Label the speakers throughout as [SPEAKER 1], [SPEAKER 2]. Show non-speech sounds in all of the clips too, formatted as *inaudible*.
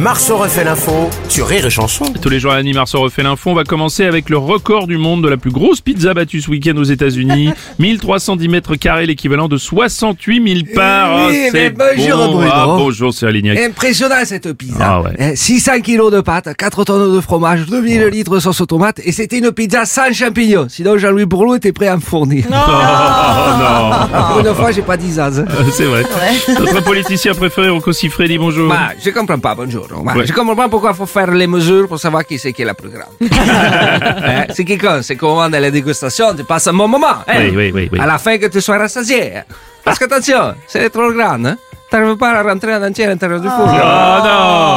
[SPEAKER 1] Marceau refait l'info sur Rire et Chanson.
[SPEAKER 2] Tous les jours, Annie Marceau refait l'info. On va commencer avec le record du monde de la plus grosse pizza battue ce week-end aux
[SPEAKER 3] *laughs*
[SPEAKER 2] États-Unis. 1310 mètres carrés, l'équivalent de 68 000 parts. Ah,
[SPEAKER 3] Eh oui, mais
[SPEAKER 2] c'est
[SPEAKER 3] bonjour,
[SPEAKER 2] bon.
[SPEAKER 3] Bruno.
[SPEAKER 2] Ah, bonjour, c'est Alignac.
[SPEAKER 3] Impressionnant cette
[SPEAKER 2] Ah
[SPEAKER 3] pizza.
[SPEAKER 2] ouais.
[SPEAKER 3] Eh, 600 kilos de pâtes, 4 tonnes de fromage, 2000 litres de sauce tomate et c'était une pizza sans champignons. Sinon Jean-Louis Bourlot était prêt à me fournir. *laughs*
[SPEAKER 2] Oh, non.
[SPEAKER 3] Pour une fois, j'ai pas 10 ans.
[SPEAKER 2] Euh, C'est vrai. Notre politicien préféré, Rocco Siffredi, bonjour.
[SPEAKER 3] Bah, je comprends pas, bonjour. Bah,
[SPEAKER 2] Ouais.
[SPEAKER 3] Je comprends pas pourquoi faut faire les mesures pour savoir qui c'est qui est la plus grave.
[SPEAKER 2] *laughs*
[SPEAKER 3] Hein, Ce qui compte, c'est qu'au moment de la dégustation, tu passes un bon moment. hein.
[SPEAKER 2] Oui, oui, oui, oui.
[SPEAKER 3] À la fin que tu sois rassasié. Parce que attention, c'est trop grande. Hein. T'arrives pas à rentrer en entier à l'intérieur du four.
[SPEAKER 2] *laughs*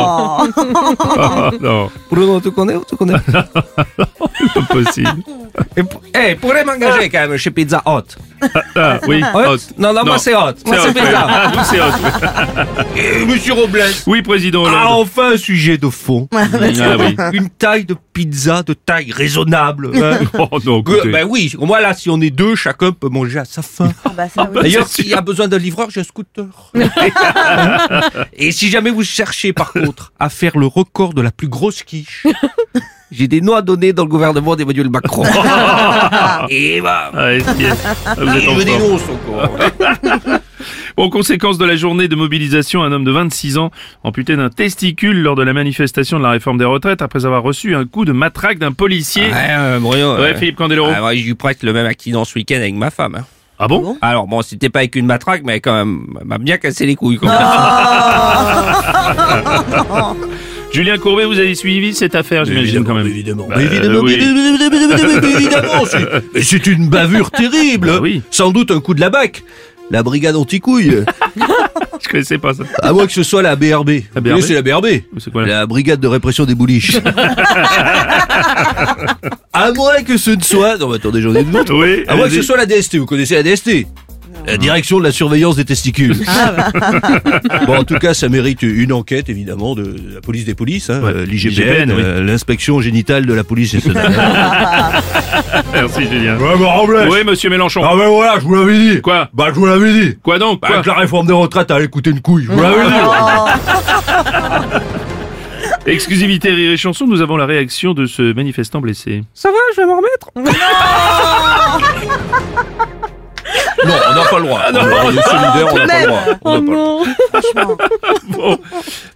[SPEAKER 2] Ah. Oh non Oh non,
[SPEAKER 3] Bruno, tu connais ou tu connais
[SPEAKER 2] *laughs*
[SPEAKER 3] pas
[SPEAKER 2] c'est pas possible.
[SPEAKER 3] Et pour- Eh, pourrait m'engager quand même chez Pizza Hot.
[SPEAKER 2] Ah, oui,
[SPEAKER 3] Hot
[SPEAKER 2] Hot.
[SPEAKER 3] Non, non, moi c'est Hot. Moi c'est
[SPEAKER 2] Hot, oui.
[SPEAKER 3] Pizza Hot.
[SPEAKER 2] Ah, nous, c'est Hot, oui.
[SPEAKER 3] Euh, Monsieur Robles.
[SPEAKER 2] Oui, président Hollande.
[SPEAKER 3] Ah, enfin un sujet de fond.
[SPEAKER 2] Ah, oui.
[SPEAKER 3] Une taille de pizza de
[SPEAKER 2] *laughs*
[SPEAKER 3] taille raisonnable. hein.
[SPEAKER 2] Oh non, écoutez.
[SPEAKER 3] Euh, ben oui, au moins là, si on est deux, chacun peut manger à sa *laughs* faim.
[SPEAKER 4] Ah
[SPEAKER 3] D'ailleurs,
[SPEAKER 2] c'est
[SPEAKER 3] s'il y a besoin d'un livreur, j'ai un *laughs* scooter. Et si jamais vous cherchez, par contre, à faire le record de la plus grosse *laughs* quiche, j'ai des noix données dans le gouvernement d'Emmanuel *laughs* Macron. Et bah,
[SPEAKER 2] Ah, est-ce qu'il y a- Ah, vous êtes
[SPEAKER 3] il
[SPEAKER 2] en
[SPEAKER 3] me
[SPEAKER 2] forme.
[SPEAKER 3] dénonce encore.
[SPEAKER 2] En conséquence de la journée de mobilisation, un homme de 26 ans, amputé d'un testicule lors de la manifestation de la réforme des retraites, après avoir reçu un coup de matraque d'un policier.
[SPEAKER 3] Ouais, euh, Bruno,
[SPEAKER 2] ouais,
[SPEAKER 3] euh,
[SPEAKER 2] Philippe Candeloro.
[SPEAKER 3] ah, moi, j'ai eu presque le même accident ce week-end avec ma femme. hein.
[SPEAKER 2] Ah bon
[SPEAKER 3] Alors bon, c'était pas avec une matraque, mais quand même, elle m'a bien cassé les couilles. Quand même.
[SPEAKER 2] Ah, Julien Courbet, vous avez suivi cette affaire, j'imagine, quand même.
[SPEAKER 4] Évidemment,
[SPEAKER 2] Bah,
[SPEAKER 4] évidemment,
[SPEAKER 2] oui.
[SPEAKER 4] évidemment, évidemment,
[SPEAKER 2] *laughs*
[SPEAKER 4] évidemment, c'est- mais c'est une bavure terrible.
[SPEAKER 2] Bah oui.
[SPEAKER 4] Sans doute un coup de la BAC. La brigade anti-couille.
[SPEAKER 2] Je connaissais pas ça.
[SPEAKER 4] à moins que ce soit la BRB.
[SPEAKER 2] La
[SPEAKER 4] Vous
[SPEAKER 2] BRB?
[SPEAKER 4] voyez, c'est la BRB.
[SPEAKER 2] C'est quoi, là
[SPEAKER 4] La brigade de répression des
[SPEAKER 2] *laughs*
[SPEAKER 4] bouliches. à moins que ce ne soit. Non, mais attendez, j'en ai une autre.
[SPEAKER 2] Oui,
[SPEAKER 4] *laughs* À moins Ah que
[SPEAKER 2] allez-y.
[SPEAKER 4] ce soit la DST. Vous connaissez la DST la direction de la surveillance des testicules. *laughs* bon, en tout cas, ça mérite une enquête, évidemment, de la police des polices, hein,
[SPEAKER 2] Ouais.
[SPEAKER 4] euh,
[SPEAKER 2] IGPN,
[SPEAKER 4] l'IGPN,
[SPEAKER 2] oui.
[SPEAKER 4] euh, l'inspection génitale de la police nationale.
[SPEAKER 2] Merci, Julien.
[SPEAKER 4] *laughs* Ouais, bah, Robles.
[SPEAKER 2] Oui, monsieur Mélenchon.
[SPEAKER 4] Ah, ben voilà, je vous l'avais dit.
[SPEAKER 2] Quoi
[SPEAKER 4] Bah, je vous l'avais dit.
[SPEAKER 2] Quoi donc
[SPEAKER 4] Bah,
[SPEAKER 2] Quoi
[SPEAKER 4] que la réforme des retraites allait coûter une couille. Je vous l'avais dit.
[SPEAKER 2] Exclusivité Rire et Chanson, nous avons la réaction de ce manifestant blessé.
[SPEAKER 3] Ça va, je vais m'en remettre.
[SPEAKER 4] *laughs*
[SPEAKER 3] Bah,
[SPEAKER 4] *laughs* Non, on n'a pas le droit. on est solidaire, on n'a pas le droit. On n'a pas le droit.
[SPEAKER 2] Bon.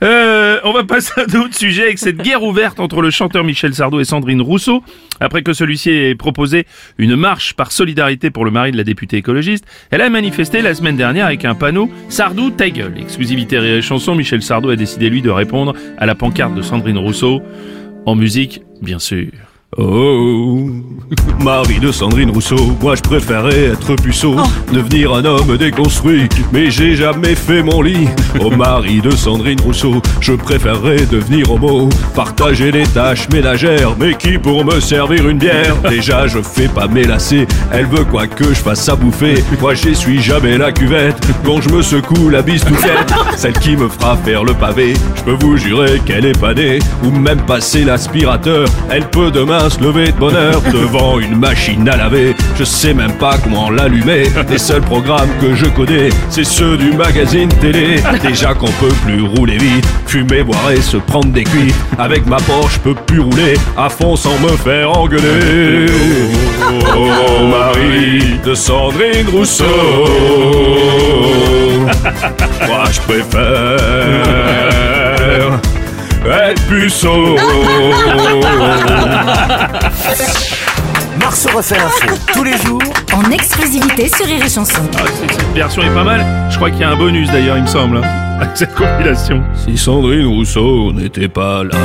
[SPEAKER 2] Euh, on va passer à d'autres sujets avec cette guerre ouverte entre le chanteur Michel Sardou et Sandrine Rousseau. Après que celui-ci ait proposé une marche par solidarité pour le mari de la députée écologiste, elle a manifesté la semaine dernière avec un panneau Sardou ta gueule. Exclusivité Rire et Chanson, Michel Sardou a décidé lui de répondre à la pancarte de Sandrine Rousseau. En musique, bien sûr.
[SPEAKER 4] Oh, *laughs* Marie de Sandrine Rousseau, moi je préférais être puceau, devenir un homme déconstruit, mais j'ai jamais fait mon lit. Oh Marie de Sandrine Rousseau, je préférerais devenir homo, partager les tâches ménagères, mais qui pour me servir une bière Déjà je fais pas mes lacets, elle veut quoi que je fasse à bouffer, moi j'essuie jamais la cuvette, quand je me secoue la bistoufette, celle qui me fera faire le pavé, je peux vous jurer qu'elle est pas née, ou même passer l'aspirateur, elle peut demain se lever de bonne heure devant une machine à laver. Je sais même pas comment l'allumer. Les seuls programmes que je connais, c'est ceux du magazine télé. Déjà qu'on peut plus rouler vite, fumer, boire et se prendre des cuits. Avec ma Porsche, je peux plus rouler à fond sans me faire engueuler. Oh, oh, oh, Marie de Sandrine Rousseau. Moi, je préfère être puceau.
[SPEAKER 1] Marceau refait l'info tous les jours
[SPEAKER 5] en exclusivité sur Rire et Chanson.
[SPEAKER 2] Ah, c'est- cette version est pas mal. Je crois qu'il y a un bonus d'ailleurs, il me semble, hein, avec cette compilation.
[SPEAKER 4] Si Sandrine Rousseau n'était
[SPEAKER 2] *laughs*
[SPEAKER 4] pas là.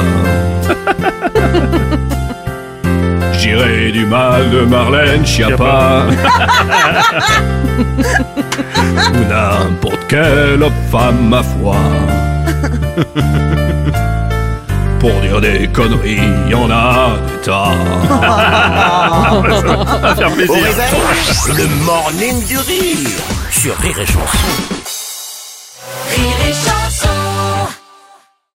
[SPEAKER 4] J'irai du mal de Marlène
[SPEAKER 2] *laughs*
[SPEAKER 4] Schiappa. Ou n'importe quelle autre femme,
[SPEAKER 2] *laughs*
[SPEAKER 4] ma foi. Pour dire des conneries, y en a
[SPEAKER 2] *laughs*
[SPEAKER 4] des tas.
[SPEAKER 2] Ça va faire
[SPEAKER 1] au
[SPEAKER 2] plaisir.
[SPEAKER 1] réveil. Le morning du rire sur Rire et Chanson.